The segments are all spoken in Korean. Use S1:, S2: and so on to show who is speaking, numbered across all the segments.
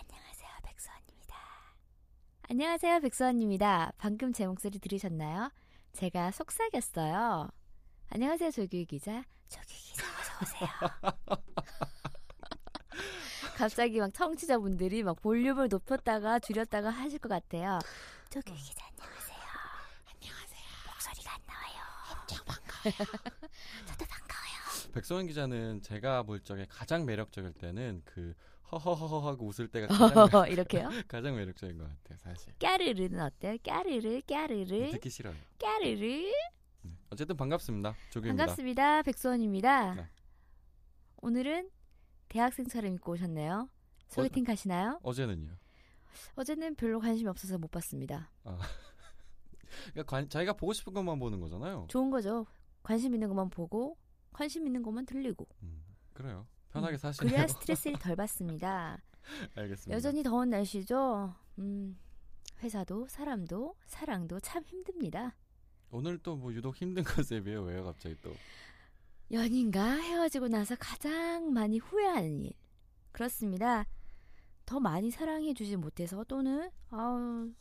S1: 안녕하세요, 백선입니다. 안녕하세요, 백선입니다. 방금 제 목소리 들으셨나요? 제가 속삭였어요. 안녕하세요, 조규 기자. 조규 기자 어서 오세요. 갑자기 막 청취자분들이 막 볼륨을 높였다가 줄였다가 하실 것 같아요. 조규 기자 안녕하세요. 안녕하세요. 목소리가 안 나와요. 엄청 반가워요. 저도 반가워요.
S2: 백소연 기자는 제가 볼 적에 가장 매력적일 때는 그 허허허허 하고 웃을 때가 가장,
S1: 어, 이렇게요?
S2: 가장 매력적인 것 같아요 사실
S1: 까르르는 어때요? 까르르 까르르
S2: 듣기 싫어요
S1: 까르르
S2: 네. 어쨌든 반갑습니다 조규입니다
S1: 반갑습니다. 백수원입니다.
S2: 네.
S1: 오늘은 대학생처럼 입고 오셨네요.
S2: 어,
S1: 소개팅 가시나요?
S2: 어제는요
S1: 어제는 별로 관심이 없어서 못 봤습니다.
S2: 그러니까 관- 자기가 보고 싶은 것만 보는 거잖아요
S1: 좋은 거죠. 관심 있는 것만 보고 관심 있는 것만 들리고
S2: 음, 그래요 편하게
S1: 음,
S2: 사시네요
S1: 그래야 스트레스를 덜 받습니다.
S2: 알겠습니다
S1: 여전히 더운 날씨죠. 음, 회사도 사람도 사랑도 참 힘듭니다.
S2: 오늘 또 뭐 유독 힘든 컨셉이에요 왜요 갑자기 또
S1: 연인과 헤어지고 나서 가장 많이 후회하는 일. 그렇습니다. 더 많이 사랑해 주지 못해서 또는 아우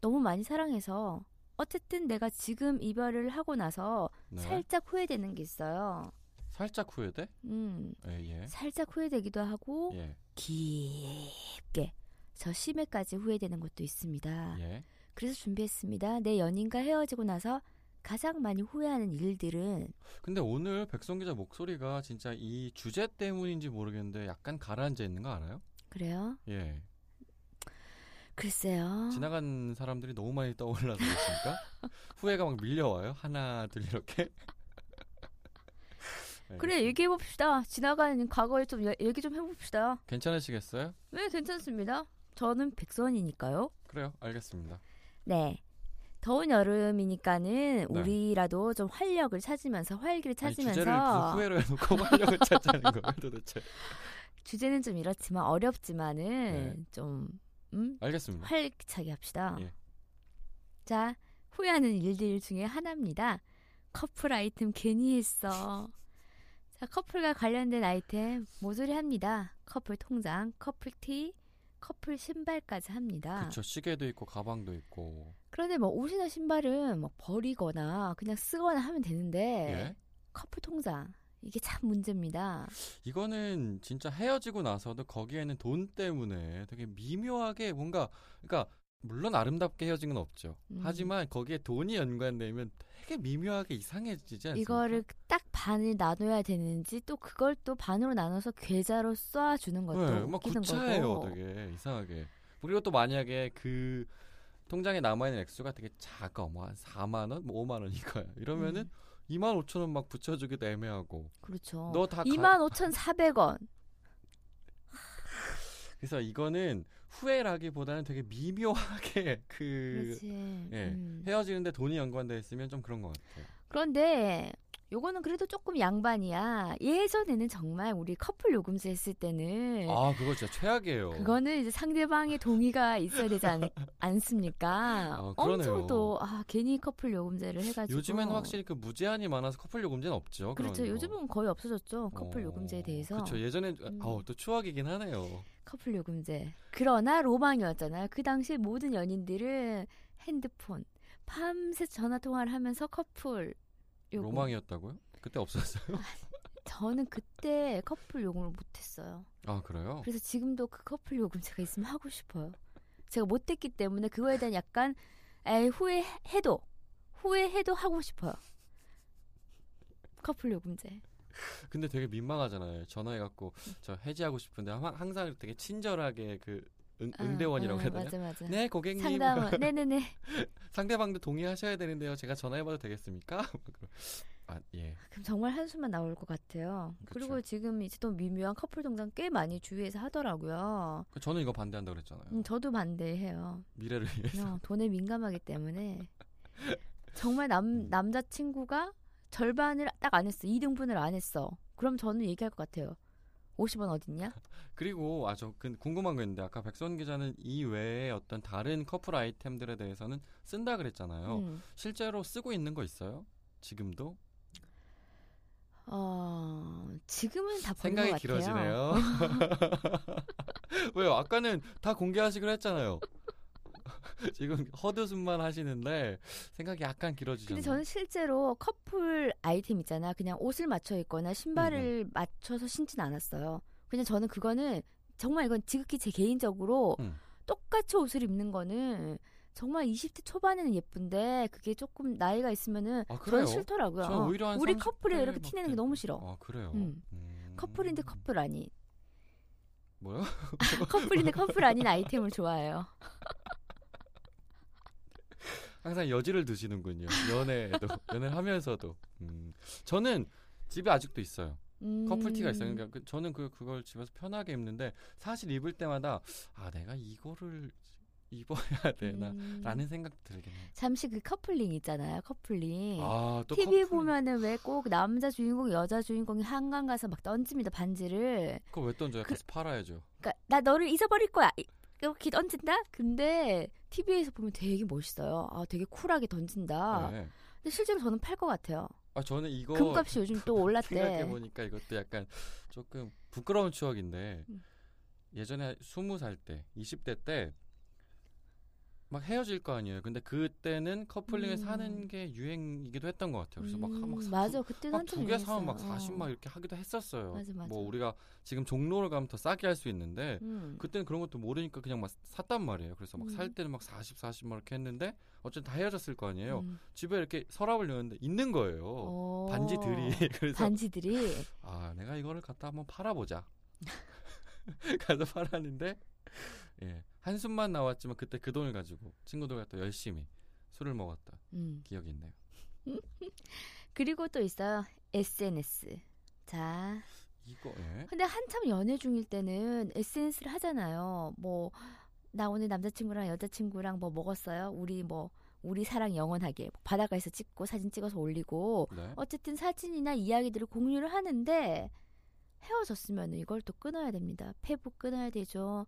S1: 너무 많이 사랑해서 어쨌든 내가 지금 이별을 하고 나서
S2: 네.
S1: 살짝 후회되는 게 있어요.
S2: 살짝 후회돼?
S1: 음.
S2: 예예
S1: 살짝 후회되기도 하고
S2: 네. 예.
S1: 깊게 저 심해까지 후회되는 것도 있습니다.
S2: 예.
S1: 그래서 준비했습니다. 내 연인과 헤어지고 나서 가장 많이 후회하는 일들은
S2: 근데 오늘 백성 기자 목소리가 진짜 이 주제 때문인지 모르겠는데 약간 가라앉아 있는 거 알아요?
S1: 그래요?
S2: 예.
S1: 글쎄요.
S2: 지나간 사람들이 너무 많이 떠올라서 그렇습니까? 후회가 막 밀려와요. 하나, 둘 이렇게. 네,
S1: 그래
S2: 알겠습니다.
S1: 얘기해 봅시다. 지나가는 과거에 좀 여- 얘기 좀 해봅시다.
S2: 괜찮으시겠어요?
S1: 네 괜찮습니다. 저는 백선이니까요.
S2: 그래요. 알겠습니다.
S1: 네. 더운 여름이니까는 우리라도 좀 활력을 찾으면서 활기를
S2: 네. 아니,
S1: 찾으면서
S2: 주제를 무슨 후회로 해놓고 활력을 찾자는 거예요, 도대체.
S1: 주제는 좀 이렇지만 어렵지만은
S2: 네.
S1: 좀 음?
S2: 알겠습니다.
S1: 활기차게 합시다.
S2: 예.
S1: 자, 후회하는 일들 중에 하나입니다. 커플 아이템 괜히 했어. 자, 커플과 관련된 아이템 모조리 합니다. 커플 통장, 커플 티, 커플 신발까지 합니다.
S2: 그쵸. 시계도 있고 가방도 있고.
S1: 그런데 뭐 옷이나 신발은 뭐 버리거나 그냥 쓰거나 하면 되는데
S2: 예.
S1: 커플 통장 이게 참 문제입니다.
S2: 이거는 진짜 헤어지고 나서도 거기에는 돈 때문에 되게 미묘하게 뭔가 그러니까 물론 아름답게 헤어진 건 없죠.
S1: 음.
S2: 하지만 거기에 돈이 연관되면 되게 미묘하게 이상해지지 않습니까?
S1: 이거를 딱 반을 나눠야 되는지 또 그걸 또 반으로 나눠서 계좌로 쏴주는 것도
S2: 네, 막
S1: 웃기는
S2: 구차해요,
S1: 거고.
S2: 되게 이상하게. 그리고 또 만약에 그 통장에 남아 있는 액수가 되게 작아, 뭐한 4만 원, 뭐 5만 원이니까 이러면은
S1: 음,
S2: 2만 5천 원 막 붙여주기도 애매하고.
S1: 그렇죠.
S2: 너 다
S1: 25,400원.
S2: 그래서 이거는 후회라기보다는 되게 미묘하게 그
S1: 그렇지.
S2: 예.
S1: 음.
S2: 헤어지는데 돈이 연관돼 있으면 좀 그런 것 같아요.
S1: 그런데 요거는 그래도 조금 양반이야. 예전에는 정말 우리 커플 요금제 했을 때는
S2: 아, 그거 진짜 최악이에요.
S1: 네. 그거는 이제 상대방의 동의가 있어야 되지 않, 않습니까?
S2: 아, 그러네요.
S1: 엄청 또 아, 괜히 커플 요금제를 해가지고
S2: 요즘에는 확실히 그 무제한이 많아서 커플 요금제는 없죠. 그런
S1: 그렇죠.
S2: 거.
S1: 요즘은 거의 없어졌죠. 커플
S2: 어,
S1: 요금제에 대해서
S2: 그렇죠. 예전에
S1: 음.
S2: 아우 또 추억이긴 하네요.
S1: 커플 요금제. 그러나 로망이었잖아요. 그 당시 모든 연인들은 핸드폰 밤새 전화 통화를 하면서 커플 요금
S2: 로망이었다고요? 그때 없었어요?
S1: 저는 그때 커플 요금을 못했어요.
S2: 아 그래요?
S1: 그래서 지금도 그 커플 요금 제가 있으면 하고 싶어요. 제가 못했기 때문에 그거에 대한 약간 에이, 후회해도 후회해도 하고 싶어요. 커플 요금제. 그
S2: 근데 되게 민망하잖아요. 전화해갖고 저 해지하고 싶은데 아마 항상 되게 친절하게 그 응,
S1: 아,
S2: 응대원이라고
S1: 아,
S2: 해야 되나?
S1: 맞아 맞아.
S2: 네 고객님
S1: 상담원. 네네네.
S2: 상대방도 동의하셔야 되는데요. 제가 전화해봐도 되겠습니까? 막 그러- 아 예.
S1: 그럼 정말 한숨만 나올 것 같아요.
S2: 그쵸.
S1: 그리고 지금 이제 또 미묘한 커플 동장 꽤 많이 주위에서 하더라고요.
S2: 그 저는 이거 반대한다 그랬잖아요.
S1: 음, 저도 반대해요.
S2: 미래를 위해서.
S1: 어, 돈에 민감하기 때문에 정말
S2: 음.
S1: 남 남자 친구가 절반을 딱 안 했어. 2등분을 안 했어. 그럼 저는 얘기할 것 같아요. 50원 어딨냐?
S2: 그리고 아저 궁금한 거 있는데 아까 백선 기자는 이 외에 어떤 다른 커플 아이템들에 대해서는 쓴다 그랬잖아요.
S1: 음.
S2: 실제로 쓰고 있는 거 있어요? 지금도?
S1: 어, 지금은 다 버린
S2: 생각이
S1: 것 같아요.
S2: 길어지네요. 왜요? 아까는 다 공개하시기로 했잖아요. 지금 허드슨만 하시는데 생각이 약간 길어지셨네요.
S1: 근데 저는 실제로 커플 아이템 있잖아. 그냥 옷을 맞춰 입거나 신발을 맞춰서 신진 않았어요. 그냥 저는 그거는 정말 이건 지극히 제 개인적으로
S2: 음.
S1: 똑같이 옷을 입는 거는 정말 20대 초반에는 예쁜데 그게 조금 나이가 있으면은
S2: 아, 그래요?
S1: 저는 싫더라고요.
S2: 저는 오히려 한
S1: 우리
S2: 30대
S1: 커플이에요 이렇게
S2: 밖에-
S1: 티내는 게 너무 싫어.
S2: 아 그래요?
S1: 음.
S2: 음.
S1: 커플인데 커플 아닌
S2: 뭐요?
S1: 커플인데 커플 아닌 아이템을 좋아해요.
S2: 항상 여지를 두시는군요. 연애도 연애 를 하면서도. 음. 저는 집에 아직도 있어요.
S1: 음.
S2: 커플티가 있어요. 그러니까 그- 저는 그 그걸 집에서 편하게 입는데 사실 입을 때마다 아 내가 이거를 입어야 네, 되나라는
S1: 음.
S2: 생각 들긴 해요.
S1: 잠시 그 커플링 있잖아요. 커플링.
S2: 아또
S1: TV 예. 보면은 왜 꼭 남자 주인공 여자 주인공이 한강 가서 막 던집니다 반지를
S2: 그거 왜 던져요?
S1: 그-
S2: 가서 팔아야죠.
S1: 그러니까 나 너를 잊어버릴 거야 이- 이렇게 던진다 근데 TV에서 보면 되게 멋있어요 아 되게 쿨하게 던진다
S2: 네.
S1: 근데 실제로 저는 팔 것 같아요
S2: 아 저는 이거
S1: 아,
S2: 뭐
S1: 금값이 요즘 또
S2: 생각해
S1: 올랐대
S2: 보니까 이것도 약간 조금 부끄러운 추억인데
S1: 음.
S2: 예전에 스무 살 때, 이십 대 때 막 헤어질 거 아니에요. 근데 그때는 커플링을
S1: 음.
S2: 사는 게 유행이기도 했던 것 같아요. 그래서
S1: 음,
S2: 막막
S1: 맞아 그때
S2: 막 두 개 사면 막 40만
S1: 만
S2: 이렇게 하기도 했었어요.
S1: 맞아, 맞아.
S2: 뭐 우리가 지금 종로를 가면 더 싸게 할 수 있는데 그때는 그런 것도 모르니까 그냥 막 샀단 말이에요. 그래서 막 살
S1: 음.
S2: 때는 막 40, 40만 이렇게 했는데 어쨌든 다 헤어졌을 거 아니에요.
S1: 음.
S2: 집에 이렇게 서랍을 여는데 있는 거예요. 반지들이 그래서
S1: 어. 반지들이
S2: 아 내가 이거를 갖다 한번 팔아보자. 가서 팔았는데 예 한숨만 나왔지만 그때 그 돈을 가지고 친구들과 또 열심히 술을 먹었던
S1: 음.
S2: 기억이 있네요.
S1: 그리고 또 있어요 SNS 자
S2: 이거 예.
S1: 근데 한참 연애 중일 때는 SNS를 하잖아요. 뭐, 나 오늘 남자친구랑 여자친구랑 뭐 먹었어요. 우리 뭐, 우리 사랑 영원하게. 뭐 바닷가에서 찍고 사진 찍어서 올리고.
S2: 네.
S1: 어쨌든 사진이나 이야기들을 공유를 하는데 헤어졌으면 이걸 또 끊어야 됩니다. 페북 끊어야 되죠.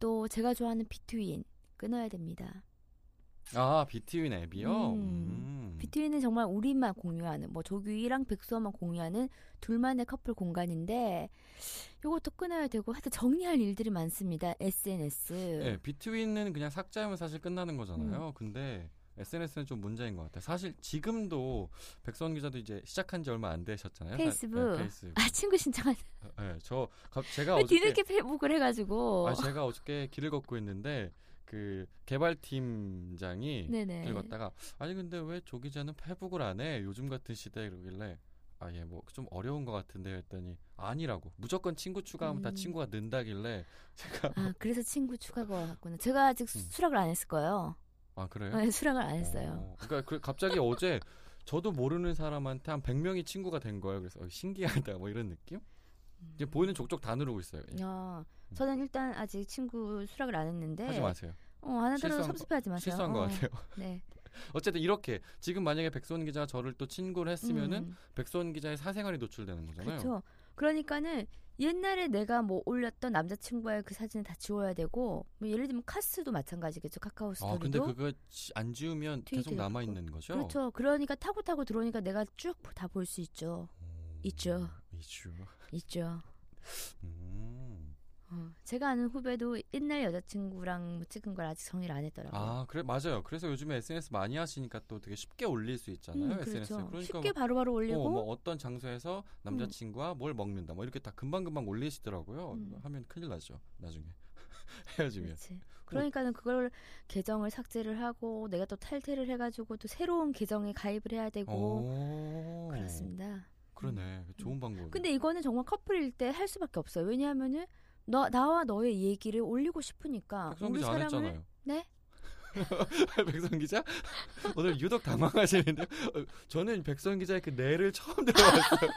S1: 또 제가 좋아하는 비트윈 끊어야 됩니다.
S2: 아 비트윈 앱이요.
S1: 음.
S2: 음.
S1: 비트윈은 정말 우리만 공유하는 뭐 조규희랑 백수호만 공유하는 둘만의 커플 공간인데 요것도 끊어야 되고 하여튼 정리할 일들이 많습니다 SNS
S2: 네, 비트윈은 그냥 삭제하면 사실 끝나는
S1: 음.
S2: 거잖아요. 근데 SNS는 좀 문제인 것 같아요. 사실 지금도 백선 기자도 이제 시작한 지 얼마 안 되셨잖아요. 사-
S1: 페이스북.
S2: 네, 페이스북.
S1: 아 친구 신청한
S2: 네, 저 갑- 제가
S1: 왜
S2: 어저께
S1: 뒤늦게 뭐? 페북을 해가지고
S2: 아, 제가 어저께 길을 걷고 있는데 그 개발팀장이
S1: 네네
S2: 길 걷다가 아니 근데 왜 조 기자는 페북을 안 해? 요즘 같은 시대에 그러길래 아 예 뭐 좀 어려운 것 같은데 했더니 아니라고 무조건 친구 추가하면 다
S1: 음.
S2: 친구가 는다길래 제가
S1: 아 그래서 친구 추가가 왔구나 제가 아직 수-
S2: 음.
S1: 수락을 안 했을 거예요
S2: 아 그래요?
S1: 네, 수락을 안 했어요
S2: 어, 그러니까 그- 갑자기 어제 저도 모르는 사람한테 한 100명이 친구가 된 거예요. 그래서 어, 신기하다 뭐 이런 느낌? 이제 보이는 족족 다 누르고 있어요. 예.
S1: 어, 저는 일단 아직 친구 수락을 안 했는데
S2: 하지 마세요.
S1: 어, 안 하더라도
S2: 실수한 거-
S1: 섭섭해하지 마세요
S2: 실수한 것
S1: 어,
S2: 같아요.
S1: 네
S2: 어쨌든 이렇게 지금 만약에 백소원 기자가 저를 또 친구를 했으면은
S1: 음.
S2: 백소원 기자의 사생활이 노출되는 거잖아요.
S1: 그렇죠. 그러니까는 옛날에 내가 뭐 올렸던 남자친구와의 그 사진을 다 지워야 되고 뭐 예를 들면 카스도 마찬가지겠죠 카카오
S2: 아 근데
S1: 스토리도
S2: 그거 지- 안 지우면 계속
S1: 트위터도
S2: 남아 있는 거죠?
S1: 그렇죠 그러니까 타고 타고 들어오니까 내가 쭉 다 볼 수 있죠
S2: 음,
S1: 있죠.
S2: 있죠.
S1: 있죠
S2: 음.
S1: 어, 제가 아는 후배도 옛날 여자친구랑 뭐 찍은 걸 아직 정리를 안 했더라고요
S2: 아 그래 맞아요. 그래서 요즘에 SNS 많이 하시니까 또 되게 쉽게 올릴 수 있잖아요.
S1: 음,
S2: SNS.
S1: 그렇죠
S2: 그러니까
S1: 쉽게
S2: 뭐
S1: 바로바로 올리고
S2: 어, 뭐 어떤 장소에서 남자친구와 뭘 먹는다 뭐 이렇게 다 금방금방 올리시더라고요
S1: 음.
S2: 이거 하면 큰일 나죠 나중에 헤어지면
S1: 그렇지. 그러니까는 그걸 계정을 삭제를 하고 내가 또 탈퇴를 해가지고 또 새로운 계정에 가입을 해야 되고
S2: 오.
S1: 그렇습니다 음.
S2: 그러네 좋은 방법
S1: 근데 이거는 정말 커플일 때 할 수밖에 없어요. 왜냐하면은 너 나와 너의 얘기를 올리고 싶으니까
S2: 백성기
S1: 우리
S2: 안
S1: 사랑을
S2: 했잖아요
S1: 네
S2: 백선 기자 오늘 유독 당황하시는데 어, 저는 백선 기자의 그 뇌를 처음 들어봤어요.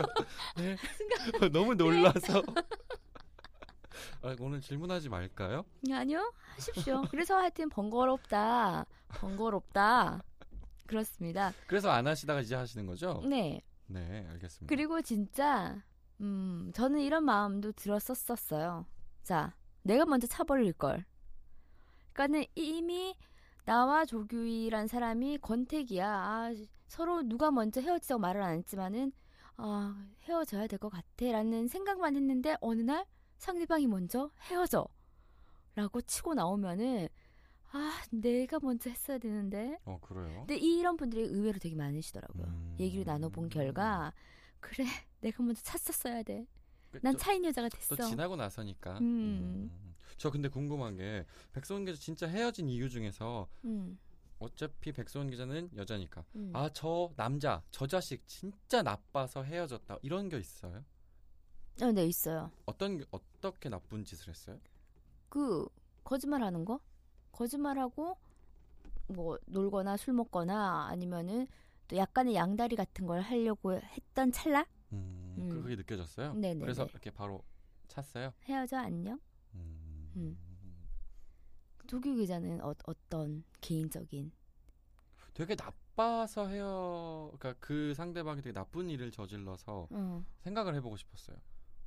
S2: 네. 어, 너무 놀라서 아, 오늘 질문하지 말까요?
S1: 음, 아니요, 하십시오. 그래서 하여튼 번거롭다, 번거롭다. 그렇습니다.
S2: 그래서 안 하시다가 이제 하시는 거죠?
S1: 네.
S2: 네, 알겠습니다.
S1: 그리고 진짜, 음, 저는 이런 마음도 들었었었어요. 자, 내가 먼저 차버릴 걸. 그러니까는 이미 나와 조규희란 사람이 권태기야. 아, 서로 누가 먼저 헤어지자고 말을 안 했지만은 아, 헤어져야 될 것 같아라는 생각만 했는데 어느 날 상대방이 먼저 헤어져라고 치고 나오면은 아, 내가 먼저 했어야 되는데
S2: 어, 그래요?
S1: 근데 이런 분들이 의외로 되게 많으시더라고요.
S2: 음.
S1: 얘기를 나눠본 결과 그래 내가 먼저 찼었어야 돼.
S2: 그,
S1: 난
S2: 저-
S1: 차인 여자가 됐어.
S2: 또 지나고 나서니까.
S1: 음.
S2: 음. 저 근데 궁금한 게 백소은 기자 진짜 헤어진 이유 중에서
S1: 음,
S2: 어차피 백소은 기자는 여자니까
S1: 음.
S2: 아 저 남자 저 자식 진짜 나빠서 헤어졌다 이런 게 있어요?
S1: 어, 네 있어요.
S2: 어떤 게- 어떻게 나쁜 짓을 했어요?
S1: 그 거짓말하는 거? 거짓말하고 뭐 놀거나 술 먹거나 아니면은 또 약간의 양다리 같은 걸 하려고 했던 찰나
S2: 음,
S1: 음.
S2: 그게 느껴졌어요.
S1: 네네네.
S2: 그래서 이렇게 바로 찼어요.
S1: 헤어져 안녕.
S2: 음.
S1: 조규 기자는 어, 어떤 개인적인
S2: 되게 나빠서 헤어 그러니까 그 상대방이 되게 나쁜 일을 저질러서
S1: 어,
S2: 생각을 해보고 싶었어요.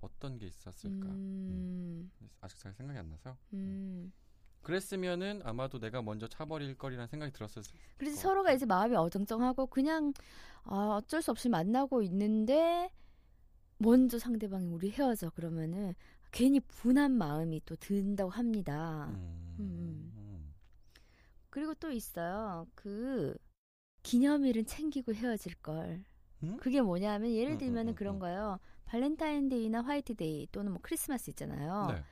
S2: 어떤 게 있었을까?
S1: 음,
S2: 아직 잘 생각이 안 나서.
S1: 음.
S2: 그랬으면은 아마도 내가 먼저 차버릴 거리라는 생각이 들었을
S1: 그래서
S2: 것
S1: 서로가
S2: 같아요.
S1: 이제 마음이 어정쩡하고 그냥 아, 어쩔 수 없이 만나고 있는데 먼저 상대방이 우리 헤어져 그러면은 괜히 분한 마음이 또 든다고 합니다.
S2: 음.
S1: 음. 그리고 또 있어요. 그 기념일은 챙기고 헤어질 걸.
S2: 음?
S1: 그게 뭐냐면
S2: 음,
S1: 예를
S2: 음,
S1: 들면은
S2: 음,
S1: 그런
S2: 음.
S1: 거예요. 발렌타인데이나 화이트데이 또는 뭐 크리스마스 있잖아요.
S2: 네.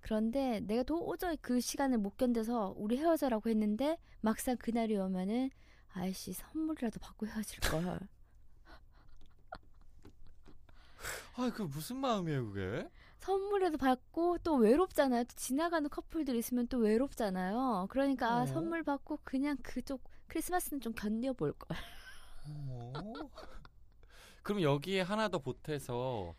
S1: 그런데 내가 도저히 그 시간을 못 견뎌서 우리 헤어져라고 했는데 막상 그날이 오면은 아이씨 선물이라도 받고 헤어질 걸.
S2: 아, 그 무슨 마음이에요, 그게?
S1: 선물이라도 받고 또 외롭잖아요. 또 지나가는 커플들 있으면 또 외롭잖아요. 그러니까 아,
S2: 어.
S1: 선물 받고 그냥 그쪽 크리스마스는 좀 견뎌볼 걸.
S2: 어머. 그럼 여기에 하나 더 보태서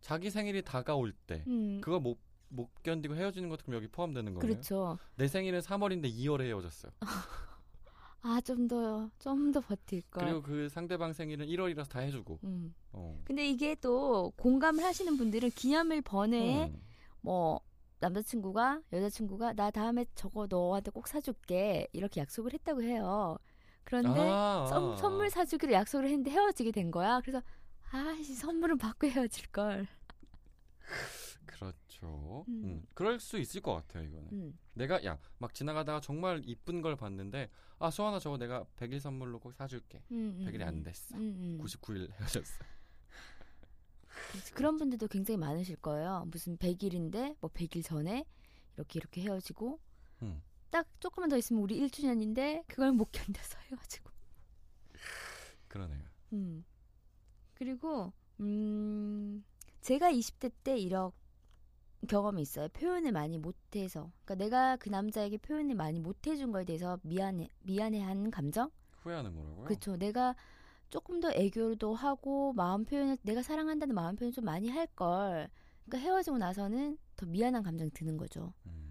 S2: 자기 생일이 다가올 때
S1: 음,
S2: 그거 못, 못 견디고 헤어지는 것도 그럼 여기 포함되는 거예요?
S1: 그렇죠.
S2: 내 생일은 3월인데 2월에 헤어졌어요.
S1: 아 좀 더 좀 더 버틸 걸.
S2: 그리고 그 상대방 생일은 1월이라서 다 해주고.
S1: 음.
S2: 어.
S1: 근데 이게 또 공감을 하시는 분들은 기념일 번에
S2: 음.
S1: 뭐 남자친구가 여자친구가 나 다음에 저거 너한테 꼭 사줄게 이렇게 약속을 했다고 해요. 그런데
S2: 아,
S1: 선,
S2: 아.
S1: 선물 사주기로 약속을 했는데 헤어지게 된 거야. 그래서 아씨 선물은 받고 헤어질 걸.
S2: 그렇죠.
S1: 음.
S2: 음. 그럴 수 있을 것 같아요, 이거는.
S1: 음.
S2: 내가 야 막 지나가다가 정말 이쁜 걸 봤는데 아 수아나 저거 내가 100일 선물로 꼭 사줄게
S1: 음, 음,
S2: 100일이
S1: 음.
S2: 안 됐어
S1: 음, 음.
S2: 99일 헤어졌어
S1: 그런 분들도 굉장히 많으실 거예요. 무슨 100일인데 뭐 100일 전에 이렇게 이렇게 헤어지고
S2: 음.
S1: 딱 조금만 더 있으면 우리 1주년인데 그걸 못 견뎌서 헤어지고.
S2: 그러네요
S1: 음. 그리고 음 제가 20대 때 이런 경험이 있어요. 표현을 많이 못해서. 그러니까 내가 그 남자에게 표현을 많이 못해준 거에 대해서 미안해 미안해하는 감정.
S2: 후회하는 거라고요
S1: 그렇죠. 내가 조금 더 애교도 하고 마음 표현을 내가 사랑한다는 마음 표현을 좀 많이 할 걸. 그러니까 헤어지고 나서는 더 미안한 감정이 드는 거죠.
S2: 음.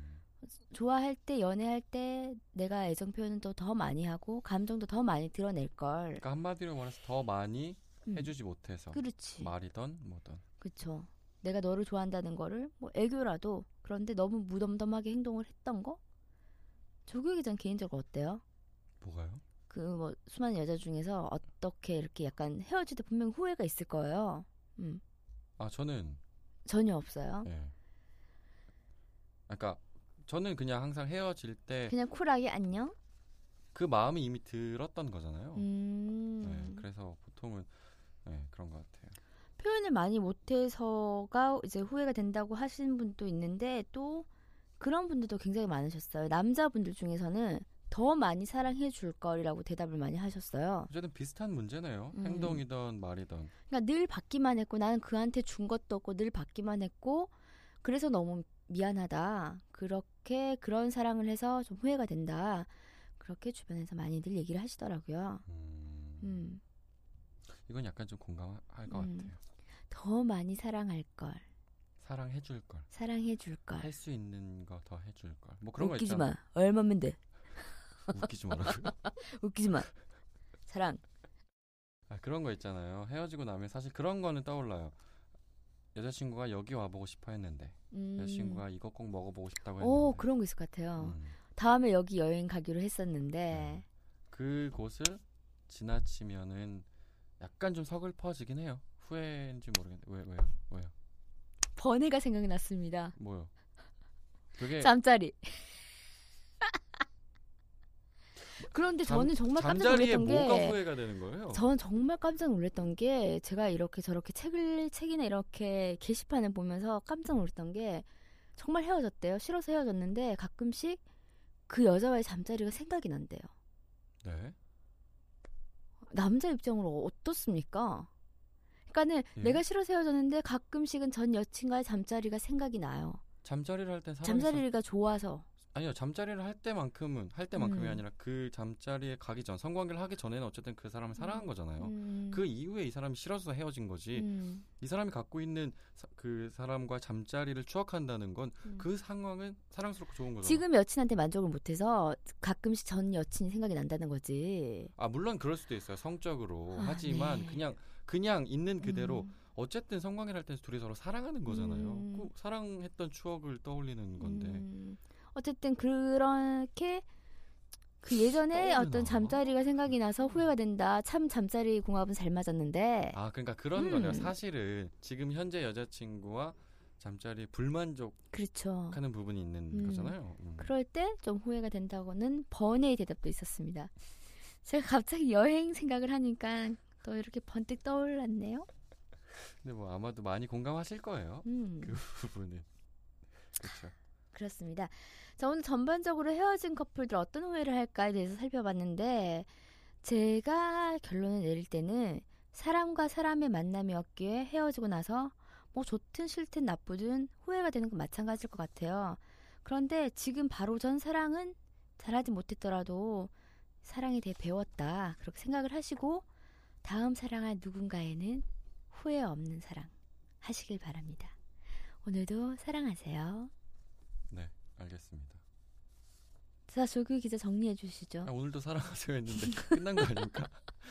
S1: 좋아할 때 연애할 때 내가 애정 표현은 또 더 많이 하고 감정도 더 많이 드러낼 걸.
S2: 그러니까 한마디로 말해서 더 많이
S1: 음.
S2: 해주지 못해서
S1: 그렇지.
S2: 말이던 뭐던
S1: 그쵸. 내가 너를 좋아한다는 거를 뭐 애교라도 그런데 너무 무덤덤하게 행동을 했던 거? 조규 기전 개인적으로 어때요?
S2: 뭐가요
S1: 그 뭐 수많은 여자 중에서 어떻게 이렇게 약간 헤어질 때 분명 후회가 있을 거예요. 음
S2: 아 저는
S1: 전혀 없어요.
S2: 예 그러니까 저는 그냥 항상 헤어질 때 그
S1: 그냥 쿨하게 안녕.
S2: 마음이 이미 들었던 거잖아요 예,
S1: 음
S2: 그래서 보통은 예, 그런 것 같아요
S1: 표현을 많이 못해서가 이제 후회가 된다고 하시는 분도 있는데 또 그런 분들도 굉장히 많으셨어요. 남자분들 중에서는 더 많이 사랑해 줄 거라고 대답을 많이 하셨어요.
S2: 어쨌든 비슷한 문제네요
S1: 음.
S2: 행동이던 말이던
S1: 그러니까 늘 받기만 했고 나는 그한테 준 것도 없고 늘 받기만 했고 그래서 너무 미안하다. 그렇게 그런 사랑을 해서 좀 후회가 된다. 그렇게 주변에서 많이들 얘기를 하시더라고요.
S2: 음,
S1: 음,
S2: 이건 약간 좀 공감할 것
S1: 음.
S2: 같아요.
S1: 더 많이 사랑할 걸,
S2: 사랑해 줄 걸.
S1: 사랑해 줄 걸.
S2: 할 수 있는 거 더 해줄 걸. 뭐 그런
S1: 웃기지
S2: 거
S1: 마.
S2: 있잖아.
S1: 얼마면 돼.
S2: 웃기지 말라고.
S1: 웃기지 마. 사랑.
S2: 아 그런 거 있잖아요. 헤어지고 나면 사실 그런 거는 떠올라요. 여자친구가 여기 와보고 싶어 했는데
S1: 음.
S2: 여자친구가 이거 꼭 먹어보고 싶다고 했는데.
S1: 오 그런 거 있을 것 같아요.
S2: 음.
S1: 다음에 여기 여행 가기로 했었는데
S2: 그곳을 지나치면은 약간 좀 서글퍼지긴 해요. 후회인지 모르겠는데 왜 왜요? 왜요?
S1: 번외가 생각났습니다.
S2: 뭐요? 그게
S1: 잠자리. 그런데
S2: 잠-
S1: 저는 정말 깜짝
S2: 잠자리에
S1: 놀랐던
S2: 뭐가
S1: 게
S2: 후회가 되는 거예요?
S1: 저는 정말 깜짝 놀랐던 게 제가 이렇게 저렇게 책을 책이나 이렇게 게시판을 보면서 깜짝 놀랐던 게 정말 헤어졌대요. 싫어서 헤어졌는데 가끔씩 그 여자와의 잠자리가 생각이 난대요.
S2: 네.
S1: 남자 입장으로 어떻습니까? 그러니까는
S2: 예.
S1: 내가 싫어서 헤어졌는데 가끔씩은 전 여친과의 잠자리가 생각이 나요.
S2: 잠자리를 할 땐 사람 있어.
S1: 잠자리가 좋아서.
S2: 아니요 잠자리를 할 때만큼은 할 때만큼이
S1: 음.
S2: 아니라 그 잠자리에 가기 전 성관계를 하기 전에는 어쨌든 그 사람을 사랑한 거잖아요.
S1: 음,
S2: 그 이후에 이 사람이 싫어서 헤어진 거지.
S1: 음,
S2: 이 사람이 갖고 있는 사- 그 사람과 잠자리를 추억한다는 건
S1: 음.
S2: 그 상황은 사랑스럽고 좋은 거죠.
S1: 지금 여친한테 만족을 못해서 가끔씩 전 여친이 생각이 난다는 거지.
S2: 아 물론 그럴 수도 있어요 성적으로
S1: 아,
S2: 하지만
S1: 네.
S2: 그냥 그냥 있는 그대로
S1: 음,
S2: 어쨌든 성관계를 할 때 둘이 서로 사랑하는 거잖아요.
S1: 음.
S2: 그 사랑했던 추억을 떠올리는 건데
S1: 음, 어쨌든 그렇게 그 예전에
S2: 떠오르나?
S1: 어떤 잠자리가 생각이 나서 후회가 된다. 참 잠자리 궁합은 잘 맞았는데.
S2: 음. 아 그러니까 그런
S1: 음.
S2: 거네요. 사실은 지금 현재 여자친구와 잠자리에 불만족하는
S1: 그렇죠.
S2: 부분이 있는
S1: 음.
S2: 거잖아요. 음.
S1: 그럴 때 좀 후회가 된다고는 번외의 대답도 있었습니다. 제가 갑자기 여행 생각을 하니까 또 이렇게 번뜩 떠올랐네요.
S2: 근데 뭐 아마도 많이 공감하실 거예요.
S1: 음,
S2: 그 부분은 그렇죠.
S1: 그렇습니다. 자, 오늘 전반적으로 헤어진 커플들 어떤 후회를 할까에 대해서 살펴봤는데 제가 결론을 내릴 때는 사람과 사람의 만남이었기에 헤어지고 나서 뭐 좋든 싫든 나쁘든 후회가 되는 건 마찬가지일 것 같아요. 그런데 지금 바로 전 사랑은 잘하지 못했더라도 사랑에 대해 배웠다. 그렇게 생각을 하시고 다음 사랑할 누군가에는 후회 없는 사랑 하시길 바랍니다. 오늘도 사랑하세요.
S2: 네 알겠습니다.
S1: 자, 조규 기자 정리해 주시죠.
S2: 아, 오늘도 사랑하세요 했는데 끝난 거 아닙니까?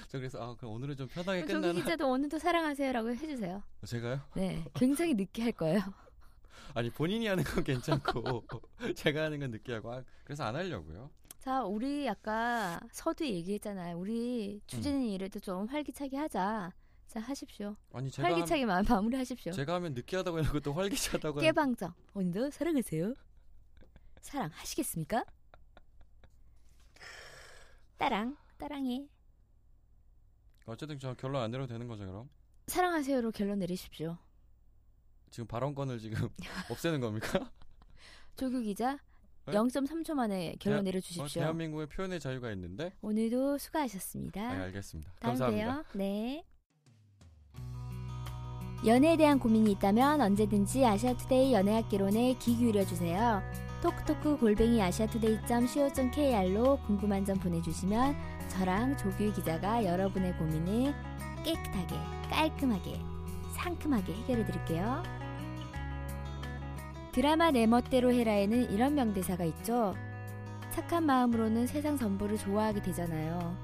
S2: 저 그래서 아 그럼 오늘은 좀 편하게
S1: 조규
S2: 끝나나
S1: 기자도 오늘도 사랑하세요라고 해주세요.
S2: 제가요?
S1: 네, 굉장히 늦게 할 거예요.
S2: 아니 본인이 하는 건 괜찮고 제가 하는 건 느끼하고 아, 그래서 안 하려고요.
S1: 자, 우리 아까 서두 얘기했잖아요. 우리 주제는
S2: 음.
S1: 이래도 좀 활기차게 하자. 자, 하십시오.
S2: 아니 제가 함-
S1: 활기차게 마, 마무리하십시오.
S2: 제가 하면 느끼하다고 해놓고 또 활기차다고 하는-
S1: 깨방정. 오늘도 사랑하세요. 사랑하시겠습니까? 따랑, 따랑해.
S2: 어쨌든 저 결론 안 내려도 되는 거죠 그럼?
S1: 사랑하세요로 결론 내리십시오.
S2: 지금 발언권을 지금 없애는 겁니까? 어,
S1: 조규 기자,
S2: 네?
S1: 0.3초 만에 결론
S2: 대한- 어,
S1: 내려주십시오.
S2: 대한민국의 표현의 자유가 있는데
S1: 오늘도 수고하셨습니다.
S2: 아, 알겠습니다.
S1: 다음
S2: 감사합니다.
S1: 봬요. 네. 연애에 대한 고민이 있다면 언제든지 아시아투데이 연애학개론에 귀 기울여 주세요. 톡톡 골뱅이 아시아투데이.co.kr로 궁금한 점 보내주시면 저랑 조규 기자가 여러분의 고민을 깨끗하게, 깔끔하게, 상큼하게 해결해 드릴게요. 드라마 내 멋대로 해라에는 이런 명대사가 있죠. 착한 마음으로는 세상 전부를 좋아하게 되잖아요.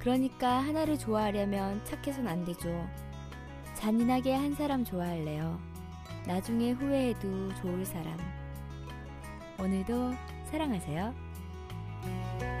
S1: 그러니까 하나를 좋아하려면 착해선 안 되죠. 잔인하게 한 사람 좋아할래요. 나중에 후회해도 좋을 사람. 오늘도 사랑하세요.